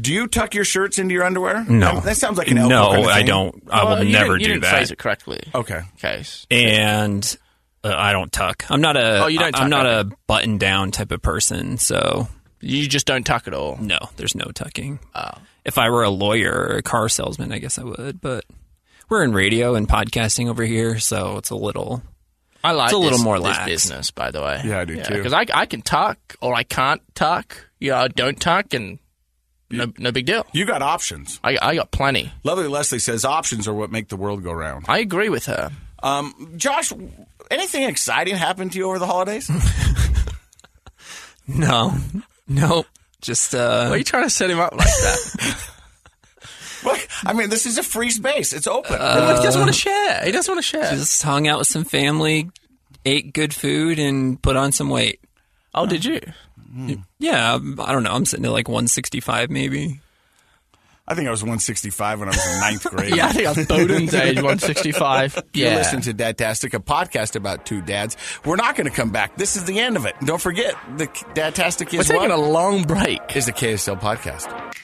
[SPEAKER 1] Do you tuck your shirts into your underwear?
[SPEAKER 4] No,
[SPEAKER 1] that sounds like an
[SPEAKER 4] no.
[SPEAKER 1] elbow kind of
[SPEAKER 4] I
[SPEAKER 1] thing.
[SPEAKER 4] don't. I
[SPEAKER 2] Well,
[SPEAKER 4] will
[SPEAKER 2] you
[SPEAKER 4] never
[SPEAKER 2] didn't- you
[SPEAKER 4] do
[SPEAKER 2] didn't
[SPEAKER 4] that.
[SPEAKER 2] Phrase it correctly.
[SPEAKER 1] Okay,
[SPEAKER 2] Okay.
[SPEAKER 4] And uh, I don't tuck. I'm not a.
[SPEAKER 2] Oh, you don't tuck,
[SPEAKER 4] I'm not a button down type of person. So
[SPEAKER 2] You just don't tuck at all.
[SPEAKER 4] no, there's no tucking.
[SPEAKER 2] Oh.
[SPEAKER 4] If I were a lawyer or a car salesman, I guess I would. But we're in radio and podcasting over here, so it's a little. *laughs*
[SPEAKER 2] I like
[SPEAKER 4] It's a little
[SPEAKER 2] this-
[SPEAKER 4] more
[SPEAKER 2] this
[SPEAKER 4] lax.
[SPEAKER 2] business, by the way.
[SPEAKER 1] Yeah, I do too.
[SPEAKER 2] Because I, I can tuck or I can't tuck. Yeah, I don't tuck, and no, no big deal.
[SPEAKER 1] you got options.
[SPEAKER 2] I, I got plenty.
[SPEAKER 1] Lovely Leslie says options are what make the world go round.
[SPEAKER 2] I agree with her.
[SPEAKER 1] Um, Josh, anything exciting happened to you over the
[SPEAKER 4] *laughs*
[SPEAKER 1] holidays?
[SPEAKER 4] No, nope. Just uh,
[SPEAKER 2] Why are you trying to set him up like that?
[SPEAKER 1] Look, I mean, this is a free space. It's open.
[SPEAKER 4] Uh,
[SPEAKER 2] he doesn't want to share. He doesn't want to share.
[SPEAKER 4] just hung out with some family, ate good food, and put on some weight.
[SPEAKER 2] oh, did you?
[SPEAKER 4] Yeah, I'm- I don't know. I'm sitting at like 165 maybe.
[SPEAKER 1] I think I was 165 when I was in
[SPEAKER 4] *laughs*
[SPEAKER 1] ninth grade.
[SPEAKER 2] Yeah, *laughs* I think I'm Bowden's *laughs* age, 165.
[SPEAKER 1] You
[SPEAKER 2] Yeah.
[SPEAKER 1] listen to Dadtastic, a podcast about two dads. We're not going to come back. This is the end of it. Don't forget, the Dadtastic
[SPEAKER 2] We're
[SPEAKER 1] is what?
[SPEAKER 2] taking a long break.
[SPEAKER 1] is the KSL podcast.